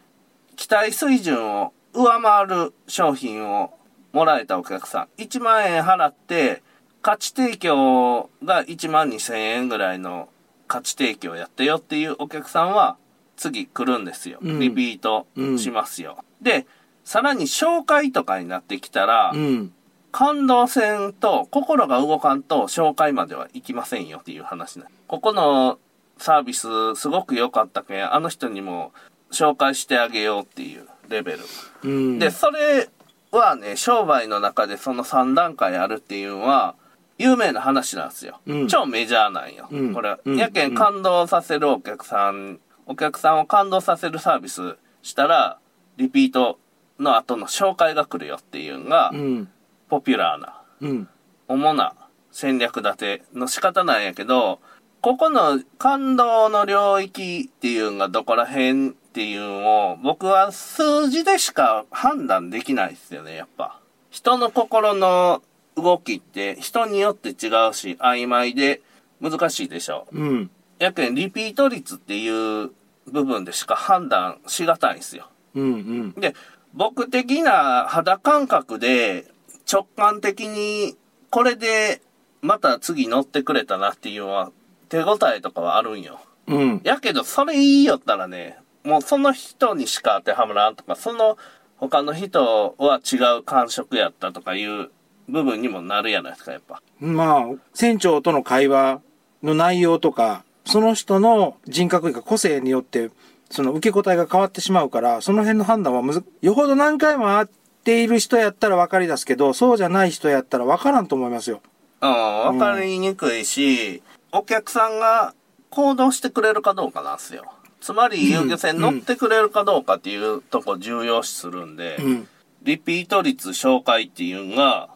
[SPEAKER 1] 期待水準を上回る商品をもらえたお客さん、1万円払って、価値提供が1万2000円ぐらいの価値提供やってよっていうお客さんは、次来るんですよ。
[SPEAKER 2] うん
[SPEAKER 1] リピートしますよ。で、さらに紹介とかになってきたら、
[SPEAKER 2] うん。
[SPEAKER 1] 感動せんと、心が動かんと、紹介までは行きませんよっていう話ね。ここのサービス、すごく良かったけん、あの人にも紹介してあげようっていうレベル。
[SPEAKER 2] うん。
[SPEAKER 1] で、それはね、商売の中でその3段階あるっていうのは、有名な話なんですよ。
[SPEAKER 2] うん
[SPEAKER 1] 超メジャーなんよ。
[SPEAKER 2] うん
[SPEAKER 1] これ。
[SPEAKER 2] うん
[SPEAKER 1] やけ
[SPEAKER 2] うん
[SPEAKER 1] ん感動させるお客さん、お客さんを感動させるサービスしたら、リピートの後の紹介が来るよっていうのが、
[SPEAKER 2] うん。
[SPEAKER 1] ポピュラーな、
[SPEAKER 2] うん。
[SPEAKER 1] 主な戦略立ての仕方なんやけど、ここの感動の領域っていうのがどこら辺っていうのを、僕は数字でしか判断できないですよね、やっぱ。人の心の動きって人によって違うし、曖昧で難しいでしょ。
[SPEAKER 2] うん。
[SPEAKER 1] やけんリピート率っていう部分でしか判断しがたいんですよ。
[SPEAKER 2] うんうん。
[SPEAKER 1] で、僕的な肌感覚で直感的にこれでまた次乗ってくれたなっていうのは手応えとかはあるんよ。
[SPEAKER 2] うん。
[SPEAKER 1] やけどそれ言いよったらね、もうその人にしか当てはまらんとか、その他の人は違う感触やったとかいう部分にもなるやないですか、やっぱ。
[SPEAKER 2] まあ、船長との会話の内容とか、その人の人格が個性によって、その受け答えが変わってしまうから、その辺の判断はむず、よほど何回も会っている人やったら分かり出すけど、そうじゃない人やったら分からんと思いますよ。
[SPEAKER 1] うん、わかりにくいし、お客さんが行動してくれるかどうかなんですよ。つまり、遊漁船乗ってくれるかどうかっていうとこ重要視するんで、
[SPEAKER 2] うん。
[SPEAKER 1] リピート率、紹介っていうのが、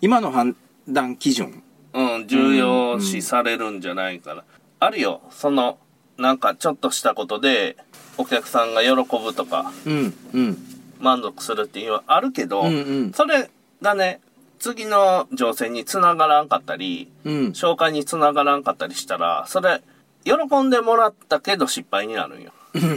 [SPEAKER 2] 今の判断基準。
[SPEAKER 1] うん、重要視されるんじゃないかな。あるよ、その、なんかちょっとしたことで、お客さんが喜ぶとか、
[SPEAKER 2] うん、うん。
[SPEAKER 1] 満足するっていうのはあるけど、
[SPEAKER 2] うんうん
[SPEAKER 1] それがね、次の乗船につながらんかったり、
[SPEAKER 2] うん。
[SPEAKER 1] 紹介につながらんかったりしたら、それ、喜んでもらったけど失敗になるんよ。
[SPEAKER 2] うん、うん、う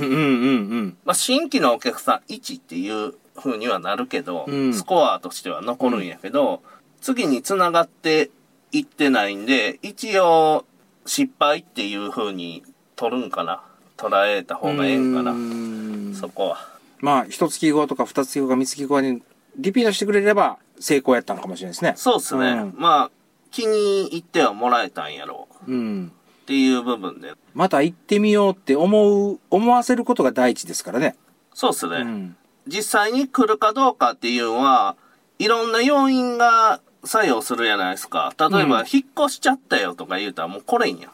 [SPEAKER 2] ん。
[SPEAKER 1] まあ、新規のお客さん1っていう風にはなるけど、
[SPEAKER 2] うん
[SPEAKER 1] スコアとしては残るんやけど、次につながっていってないんで、一応、失敗っていう風に取るんかな。捉えた方がええんか
[SPEAKER 2] う
[SPEAKER 1] な。
[SPEAKER 2] ん
[SPEAKER 1] そこは。
[SPEAKER 2] まあ、一月後とか二月後か三月後にリピートしてくれれば成功やったのかもしれないですね。
[SPEAKER 1] そうっすね。
[SPEAKER 2] うん
[SPEAKER 1] まあ、気に入ってはもらえたんやろう。
[SPEAKER 2] うん。
[SPEAKER 1] っていう部分で。
[SPEAKER 2] また行ってみようって思う、思わせることが第一ですからね。
[SPEAKER 1] そうっすね。
[SPEAKER 2] うん。
[SPEAKER 1] 実際に来るかどうかっていうのは、いろんな要因が作用するじゃないですか。例えば、
[SPEAKER 2] うん
[SPEAKER 1] 引っ越しちゃったよとか言うたらもう来れんやん。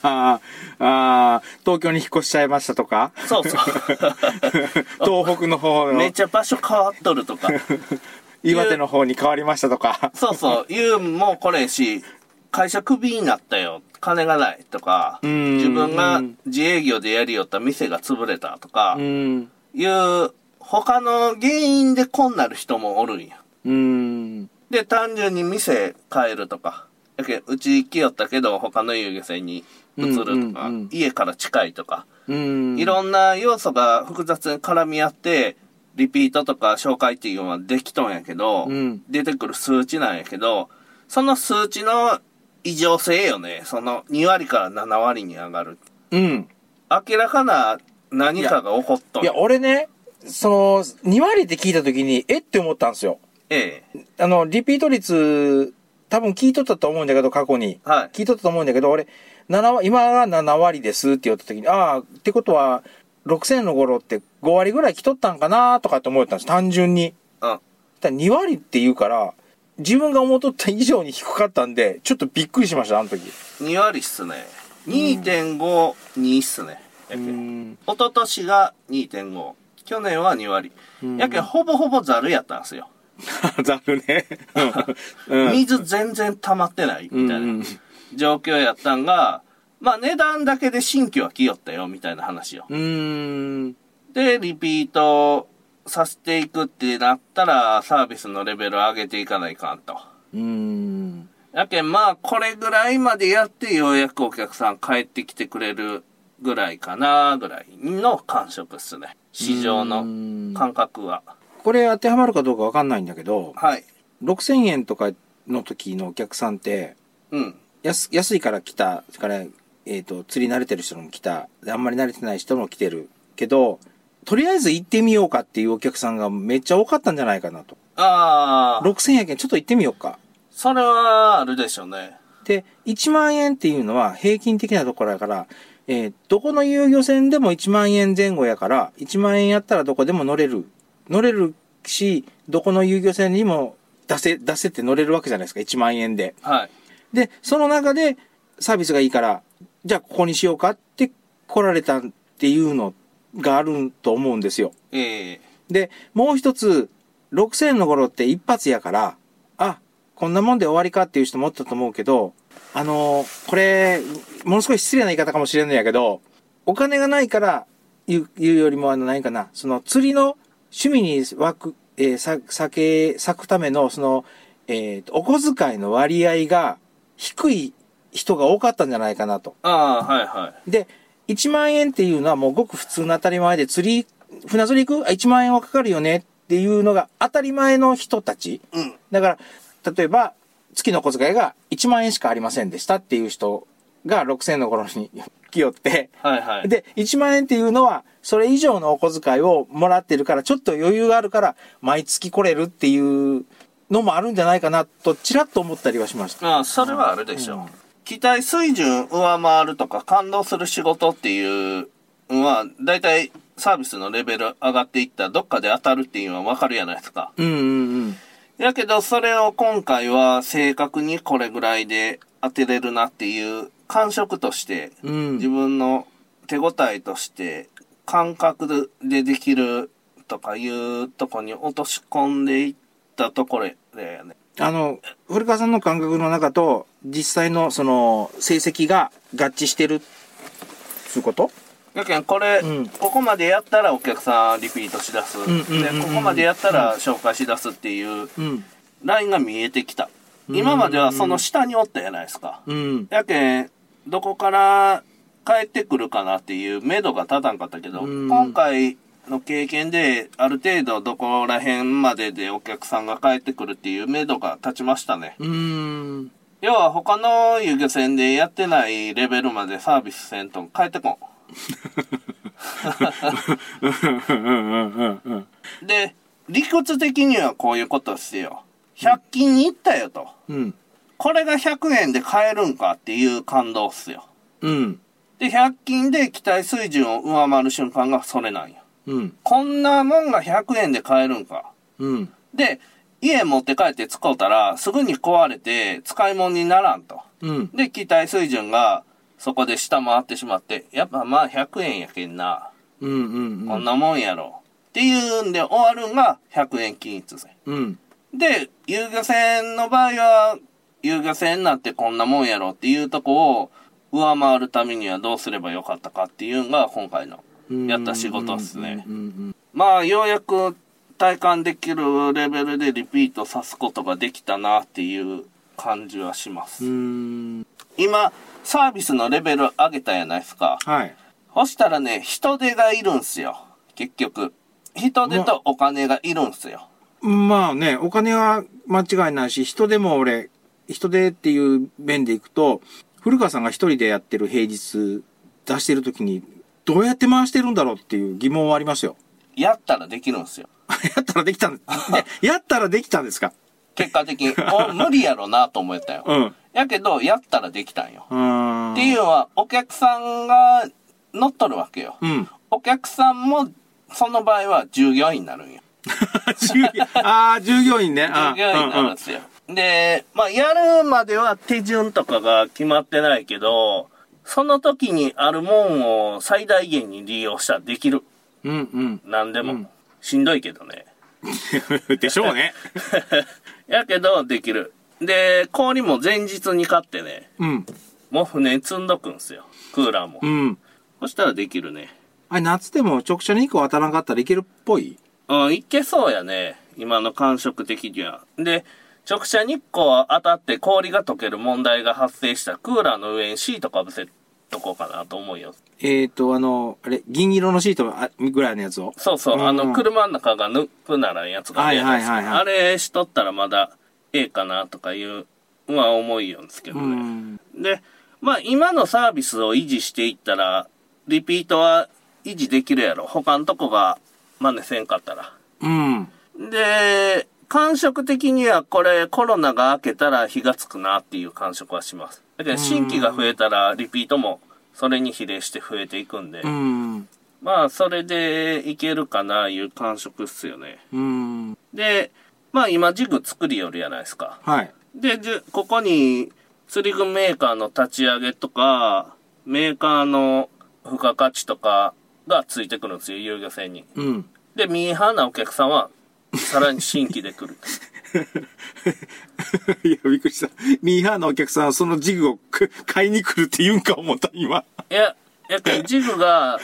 [SPEAKER 2] ああ、東京に引っ越しちゃいましたと か、
[SPEAKER 1] そうそう。
[SPEAKER 2] 東北の 方
[SPEAKER 1] めっ
[SPEAKER 2] の
[SPEAKER 1] ちゃ場所変わっとるとか。
[SPEAKER 2] 岩手の方に変わりましたとか。
[SPEAKER 1] そうそう。言うんも来れんし、会社クビになったよ。金がないとか、
[SPEAKER 2] うん
[SPEAKER 1] 自分が自営業でやりよった店が潰れたとか
[SPEAKER 2] う、ん。
[SPEAKER 1] いう、他の原因でこんなる人もおるんや。
[SPEAKER 2] うん。
[SPEAKER 1] で、単純に店変えるとか。やけんうち来よったけど、他の遊漁船に移るとか、
[SPEAKER 2] うんうんうん
[SPEAKER 1] 家から近いとか、
[SPEAKER 2] うん。
[SPEAKER 1] いろんな要素が複雑に絡み合って、リピートとか紹介っていうのはできとんやけど、
[SPEAKER 2] うん
[SPEAKER 1] 出てくる数値なんやけど、その数値の異常性よね。その2割から7割に上がる。
[SPEAKER 2] うん。
[SPEAKER 1] 明らかな何かが起こっとん
[SPEAKER 2] いや、俺ね、その、2割って聞いた時に、えって思ったんですよ。
[SPEAKER 1] ええ。
[SPEAKER 2] あの、リピート率、多分聞いとったと思うんだけど、過去に。
[SPEAKER 1] はい
[SPEAKER 2] 聞いとったと思うんだけど、俺、7割、今が7割ですって言った時に、ああ、ってことは、6000の頃って5割ぐらい来とったんかなとかって思ったんです、単純に。
[SPEAKER 1] うん。
[SPEAKER 2] ただ2割って言うから、自分が思っとった以上に低かったんで、ちょっとびっくりしました、あの時。
[SPEAKER 1] 2割っすね。2.5、2っすね。やけ
[SPEAKER 2] うんん。
[SPEAKER 1] 一昨年が2.5去年は2割
[SPEAKER 2] うん
[SPEAKER 1] やけんほぼほぼざるやったんですよ、
[SPEAKER 2] ざるね。うん。
[SPEAKER 1] 水全然溜まってないみたい
[SPEAKER 2] うん
[SPEAKER 1] な状況やったんがまあ値段だけで新規は来よったよみたいな話を
[SPEAKER 2] うん。
[SPEAKER 1] でリピートさせていくってなったらサービスのレベル上げていかないかんと
[SPEAKER 2] うん。
[SPEAKER 1] やけんまあこれぐらいまでやってようやくお客さん帰ってきてくれるぐらいかなぐらいの感触っすね市場の感覚は
[SPEAKER 2] これ当てはまるかどうかわかんないんだけど、
[SPEAKER 1] はい
[SPEAKER 2] 6000円とかの時のお客さんって
[SPEAKER 1] うん
[SPEAKER 2] 安安いから来たそれから、えー、と釣り慣れてる人も来たであんまり慣れてない人も来てるけどとりあえず行ってみようかっていうお客さんがめっちゃ多かったんじゃないかなと
[SPEAKER 1] ああ、
[SPEAKER 2] 6000円やけんちょっと行ってみようか
[SPEAKER 1] それはあるでしょうね。
[SPEAKER 2] で1万円っていうのは平均的なところやから、えーどこの遊漁船でも1万円前後やから1万円やったらどこでも乗れる乗れるしどこの遊漁船にも出せ出せって乗れるわけじゃないですか1万円で
[SPEAKER 1] はい。
[SPEAKER 2] で、その中でサービスがいいから、じゃあここにしようかって来られたっていうのがあると思うんですよ。
[SPEAKER 1] ええ
[SPEAKER 2] で、もう一つ、6000の頃って一発やから、あ、こんなもんで終わりかっていう人もおったと思うけど、あのーこれ、ものすごい失礼な言い方かもしれないんやけど、お金がないから言う言うよりも、あの、何かな、その釣りの趣味に湧く、えーさ、酒、咲くための、その、えーとお小遣いの割合が低い人が多かったんじゃないかなと。
[SPEAKER 1] ああ、はいは
[SPEAKER 2] で、 1万円っていうのはもうごく普通の当たり前で釣り、船釣り行くあ ?1 万円はかかるよねっていうのが当たり前の人たち。
[SPEAKER 1] うん。
[SPEAKER 2] だから、例えば、月の小遣いが1万円しかありませんでしたっていう人が6000の頃に来よって、
[SPEAKER 1] はいはい。、
[SPEAKER 2] で、1万円っていうのは、それ以上のお小遣いをもらってるから、ちょっと余裕があるから、毎月来れるっていうのもあるんじゃないかなと、ちらっと思ったりはしました。
[SPEAKER 1] まあ、それはあるでしょう。
[SPEAKER 2] うん
[SPEAKER 1] 期待水準上回るとか、感動する仕事っていうのは、だいたいサービスのレベル上がっていったら、どっかで当たるっていうのはわかるやないですか。
[SPEAKER 2] うんうん
[SPEAKER 1] やけど、それを今回は正確にこれぐらいで当てれるなっていう感触として、
[SPEAKER 2] うん。うん。
[SPEAKER 1] 自分の手応えとして感覚でできるとかいうとこに落とし込んでいったところだよね。
[SPEAKER 2] あの、古川さんの感覚の中と、実際のその、成績が合致してる、つうこと
[SPEAKER 1] やけんこれ、
[SPEAKER 2] うん
[SPEAKER 1] ここまでやったらお客さんリピートしだす、
[SPEAKER 2] んうんうんうん
[SPEAKER 1] でここまでやったら紹介しだすっていう
[SPEAKER 2] うん。
[SPEAKER 1] ラインが見えてきた、今まではその下におったじゃないですか、
[SPEAKER 2] うん。
[SPEAKER 1] やけんどこから帰ってくるかなっていう目処が立たんかったけど、
[SPEAKER 2] うん
[SPEAKER 1] 今回の経験である程度どこら辺まででお客さんが帰ってくるっていう目処が立ちましたね
[SPEAKER 2] うん。
[SPEAKER 1] 要は他の遊漁船でやってないレベルまでサービスせんと帰ってこん
[SPEAKER 2] うんうんうんうん。
[SPEAKER 1] で理屈的にはこういうことしてよ100均に行ったよと
[SPEAKER 2] うん。
[SPEAKER 1] これが100円で買えるんかっていう感動っすよ
[SPEAKER 2] うん。
[SPEAKER 1] で100均で期待水準を上回る瞬間がそれなんよ
[SPEAKER 2] うん。
[SPEAKER 1] こんなもんが100円で買えるんか
[SPEAKER 2] うん。
[SPEAKER 1] で家持って帰って使うたらすぐに壊れて使い物にならんと
[SPEAKER 2] うん。
[SPEAKER 1] で期待水準がそこで下回ってしまってやっぱまあ100円やけんな
[SPEAKER 2] うんうん
[SPEAKER 1] こんなもんやろっていうんで終わるんが100円均一ですね
[SPEAKER 2] うん。
[SPEAKER 1] で、遊漁船の場合は、遊漁船なんてこんなもんやろっていうとこを上回るためにはどうすればよかったかっていうのが今回の。
[SPEAKER 2] うん。
[SPEAKER 1] やった仕事っすね
[SPEAKER 2] うんうん
[SPEAKER 1] まあ、ようやく体感できるレベルでリピートさすことができたなっていう感じはしま
[SPEAKER 2] う
[SPEAKER 1] す。
[SPEAKER 2] ん。うん
[SPEAKER 1] 今、サービスのレベル上げたやないですか。
[SPEAKER 2] はい。
[SPEAKER 1] そしたらね、人手がいるんすよ。結局。人手とお金がいるんすよ。
[SPEAKER 2] まあね、お金は間違いないし、人でも俺、人でっていう面でいくと、古川さんが一人でやってる平日出してる時に、どうやって回してるんだろうっていう疑問はありますよ。
[SPEAKER 1] やったらできるんすよ。
[SPEAKER 2] やったらで きたん、でやったらできたんですか
[SPEAKER 1] 結果的に、お無理やろなと思ったよ。
[SPEAKER 2] うん。
[SPEAKER 1] やけど、やったらできたんよ。
[SPEAKER 2] うん。
[SPEAKER 1] っていうのは、お客さんが乗っとるわけよ。
[SPEAKER 2] うん。
[SPEAKER 1] お客さんも、その場合は従業員になるんよ。
[SPEAKER 2] 従業ああ、従業員ね。あー
[SPEAKER 1] 従業員になるんですよ。で、まあ、やるまでは手順とかが決まってないけど、その時にあるもんを最大限に利用したらできる。
[SPEAKER 2] うんうん。
[SPEAKER 1] なんでも。
[SPEAKER 2] うん
[SPEAKER 1] しんどいけどね。
[SPEAKER 2] うん でしょうね。
[SPEAKER 1] やけど、できる。で、氷も前日に買ってね、
[SPEAKER 2] うん。
[SPEAKER 1] もう船に積んどくんすよ。クーラーも。
[SPEAKER 2] うん。
[SPEAKER 1] そしたらできるね。
[SPEAKER 2] あれ、夏でも直射日光当たらなかったらいけるっぽい
[SPEAKER 1] うん、いけそうやね。今の感触的には。で、直射日光当たって氷が溶ける問題が発生したクーラーの上にシートかぶせとこうかなと思うよ。
[SPEAKER 2] えっ、と、あの、あれ、銀色のシートあぐらいのやつを。
[SPEAKER 1] そうそう、
[SPEAKER 2] うんうん
[SPEAKER 1] あの、車の中がぬくならんやつがあるやないですか
[SPEAKER 2] はいはいはいは
[SPEAKER 1] あれしとったらまだええかなとかいう、まあ思いよんですけど
[SPEAKER 2] う
[SPEAKER 1] ね。
[SPEAKER 2] ん。
[SPEAKER 1] で、まあ今のサービスを維持していったら、リピートは維持できるやろ。他のとこが真似せんかったら。
[SPEAKER 2] うん。
[SPEAKER 1] で、感触的にはこれコロナが明けたら火がつくなっていう感触はします。だけど新規が増えたらリピートもそれに比例して増えていくんで、
[SPEAKER 2] うん。
[SPEAKER 1] まあそれでいけるかないう感触っすよね。
[SPEAKER 2] うん。
[SPEAKER 1] で、まあ今ジグ作りよるやないですか。
[SPEAKER 2] はい。
[SPEAKER 1] で、じゅここに釣り具メーカーの立ち上げとか、メーカーの付加価値とかがついてくるんですよ、遊漁船に。
[SPEAKER 2] うん。
[SPEAKER 1] で、ミーハーなお客さんは、さらに新規で来る。
[SPEAKER 2] いや、びっくりした。ミーハーのお客さんはそのジグをく買いに来るって言うんか思った、今。
[SPEAKER 1] いや、やっぱりジグ が、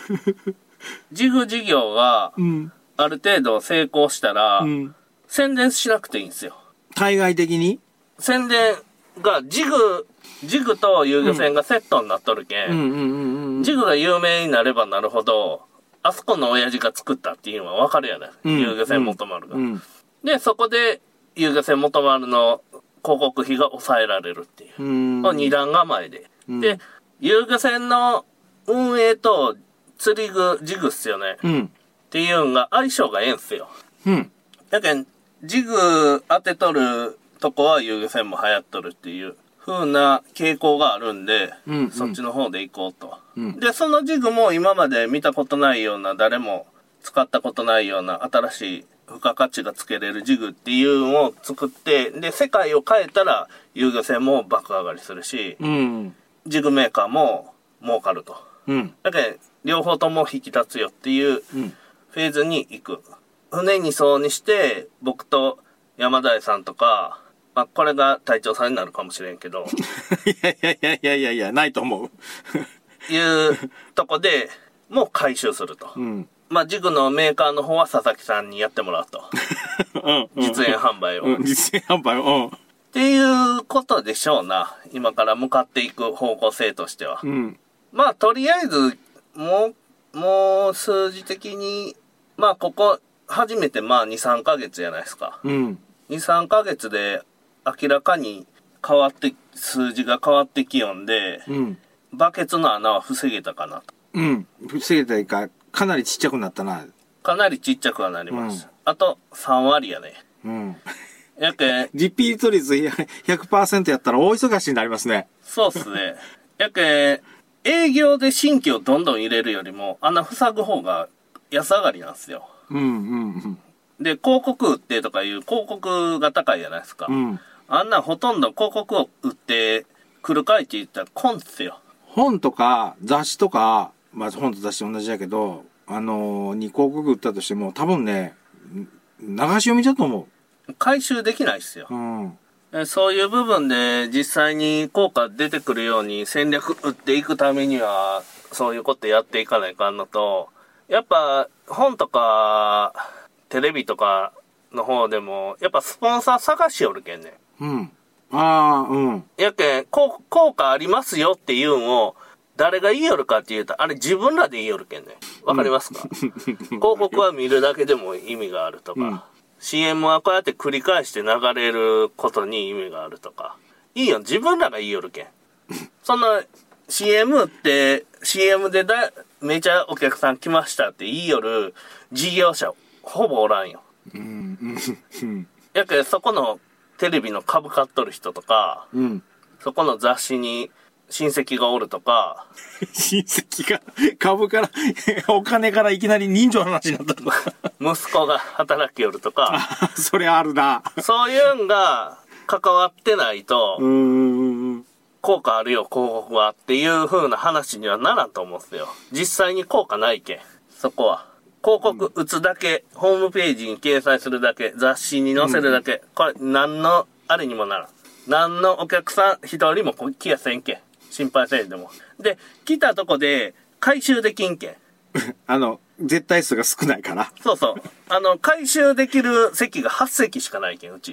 [SPEAKER 1] ジグ事業が
[SPEAKER 2] うん。
[SPEAKER 1] ある程度成功したら、
[SPEAKER 2] うん。
[SPEAKER 1] 宣伝しなくていいんですよ。
[SPEAKER 2] 対外的に
[SPEAKER 1] 宣伝が、ジグ、ジグと遊漁船がセットになっとるけん、
[SPEAKER 2] うんうんうんうん。
[SPEAKER 1] ジグが有名になればなるほど、あそこの親父が作ったっていうのはわかるやない、
[SPEAKER 2] うん
[SPEAKER 1] 遊漁船元丸が。
[SPEAKER 2] うん。
[SPEAKER 1] で、そこで遊漁船元丸の広告費が抑えられるっていうう。
[SPEAKER 2] ん。
[SPEAKER 1] を二段構えで。
[SPEAKER 2] うん
[SPEAKER 1] で、遊漁船の運営と釣り具、ジグっすよね。っ
[SPEAKER 2] うん。
[SPEAKER 1] ていうんが相性がええんすよ。
[SPEAKER 2] うん。
[SPEAKER 1] だけん、ジグ当てとるとこは遊漁船も流行っとるっていう風な傾向があるんで、
[SPEAKER 2] うんうん
[SPEAKER 1] そっちの方で行こうと。
[SPEAKER 2] うん
[SPEAKER 1] で、そのジグも今まで見たことないような、誰も使ったことないような新しい付加価値がつけれるジグっていうのを作って、で、世界を変えたら遊漁船も爆上がりするし、
[SPEAKER 2] うん。
[SPEAKER 1] ジグメーカーも儲かると。
[SPEAKER 2] うん。
[SPEAKER 1] だけん、両方とも引き立つよっていう
[SPEAKER 2] うん。
[SPEAKER 1] フェーズに行く。船にそうにして、僕と山田井さんとか、まあ、これが隊長さんになるかもしれんけ ど、
[SPEAKER 2] いやいやいやいやいやいや、ないと思う。
[SPEAKER 1] いうとこで、もう回収すると。
[SPEAKER 2] うん。
[SPEAKER 1] まあ、塾のメーカーの方は佐々木さんにやってもらうと。
[SPEAKER 2] うん。
[SPEAKER 1] 実演販売を。
[SPEAKER 2] う
[SPEAKER 1] っ
[SPEAKER 2] ん。実演販売を。
[SPEAKER 1] ていうことでしょうな。今から向かっていく方向性としては。
[SPEAKER 2] うん。うん。
[SPEAKER 1] まあ、とりあえず、もう、もう数字的に、まあ、ここ、初めてまあ2、3ヶ月じゃないですか。
[SPEAKER 2] うん。
[SPEAKER 1] 23ヶ月で明らかに変わって数字が変わってきよんで
[SPEAKER 2] うん。
[SPEAKER 1] バケツの穴は防げたかなと
[SPEAKER 2] うん。防げたいか、かなりちっちゃくなったな。
[SPEAKER 1] かなりちっちゃくはなります、
[SPEAKER 2] うん
[SPEAKER 1] あと3割やね
[SPEAKER 2] うん。
[SPEAKER 1] やけん
[SPEAKER 2] リピート率100%やったら大忙しになりますね。
[SPEAKER 1] そうっすねやけん営業で新規をどんどん入れるよりも穴塞ぐ方が安上がりなんですよ
[SPEAKER 2] うんうん
[SPEAKER 1] で広告売ってとかいう広告が高いじゃないですか、
[SPEAKER 2] うん。うん。
[SPEAKER 1] あんなんほとんど広告を売ってくるかいって言ったらこんっすよ
[SPEAKER 2] 本とか雑誌とか、まあ本と雑誌同じだけど、あのーに広告売ったとしても、多分ね、ん流し読みだと思
[SPEAKER 1] 回収できないっすよ
[SPEAKER 2] う。うん。
[SPEAKER 1] えそういう部分で実際に効果出てくるように戦略打っていくためにはそういうことやっていかないかんのとやっぱ本とかテレビとかの方でもやっぱスポンサー探しよるけんね
[SPEAKER 2] うん。ああ、うん。
[SPEAKER 1] やけんこう効果ありますよっていうのを誰が言いよるかっていうとあれ自分らで言いよるけんねわかりますか、広告は見るだけでも意味があるとか、
[SPEAKER 2] うん
[SPEAKER 1] CM はこうやって繰り返して流れることに意味があるとかいいよ自分らが言いよるけんそんな CM って CM でだめちゃお客さん来ましたって言いよる事業者ほぼおらんよ
[SPEAKER 2] うん。うん。
[SPEAKER 1] やけんそこのテレビの株買っとる人とか
[SPEAKER 2] うん。
[SPEAKER 1] そこの雑誌に親戚がおると か
[SPEAKER 2] 親戚が株から、 お金からいきなり人情の話になったとか。
[SPEAKER 1] 息子が働きよるとか
[SPEAKER 2] あそれあるな。
[SPEAKER 1] そういうんが関わってないと、
[SPEAKER 2] うんうんうん。
[SPEAKER 1] 効果あるよ、広告はっていう風な話にはならんと思うんすよ。実際に効果ないけん、そこは。広告打つだけ、ホームページに掲載するだけ、雑誌に載せるだけ、これ何のあれにもならん。何のお客さん一人も来やせんけん。心配せんでも。で、来たとこで回収できんけん。
[SPEAKER 2] あの、絶対数が少ないから。
[SPEAKER 1] そうそう。あの、回収できる席が8席しかないけん、うち。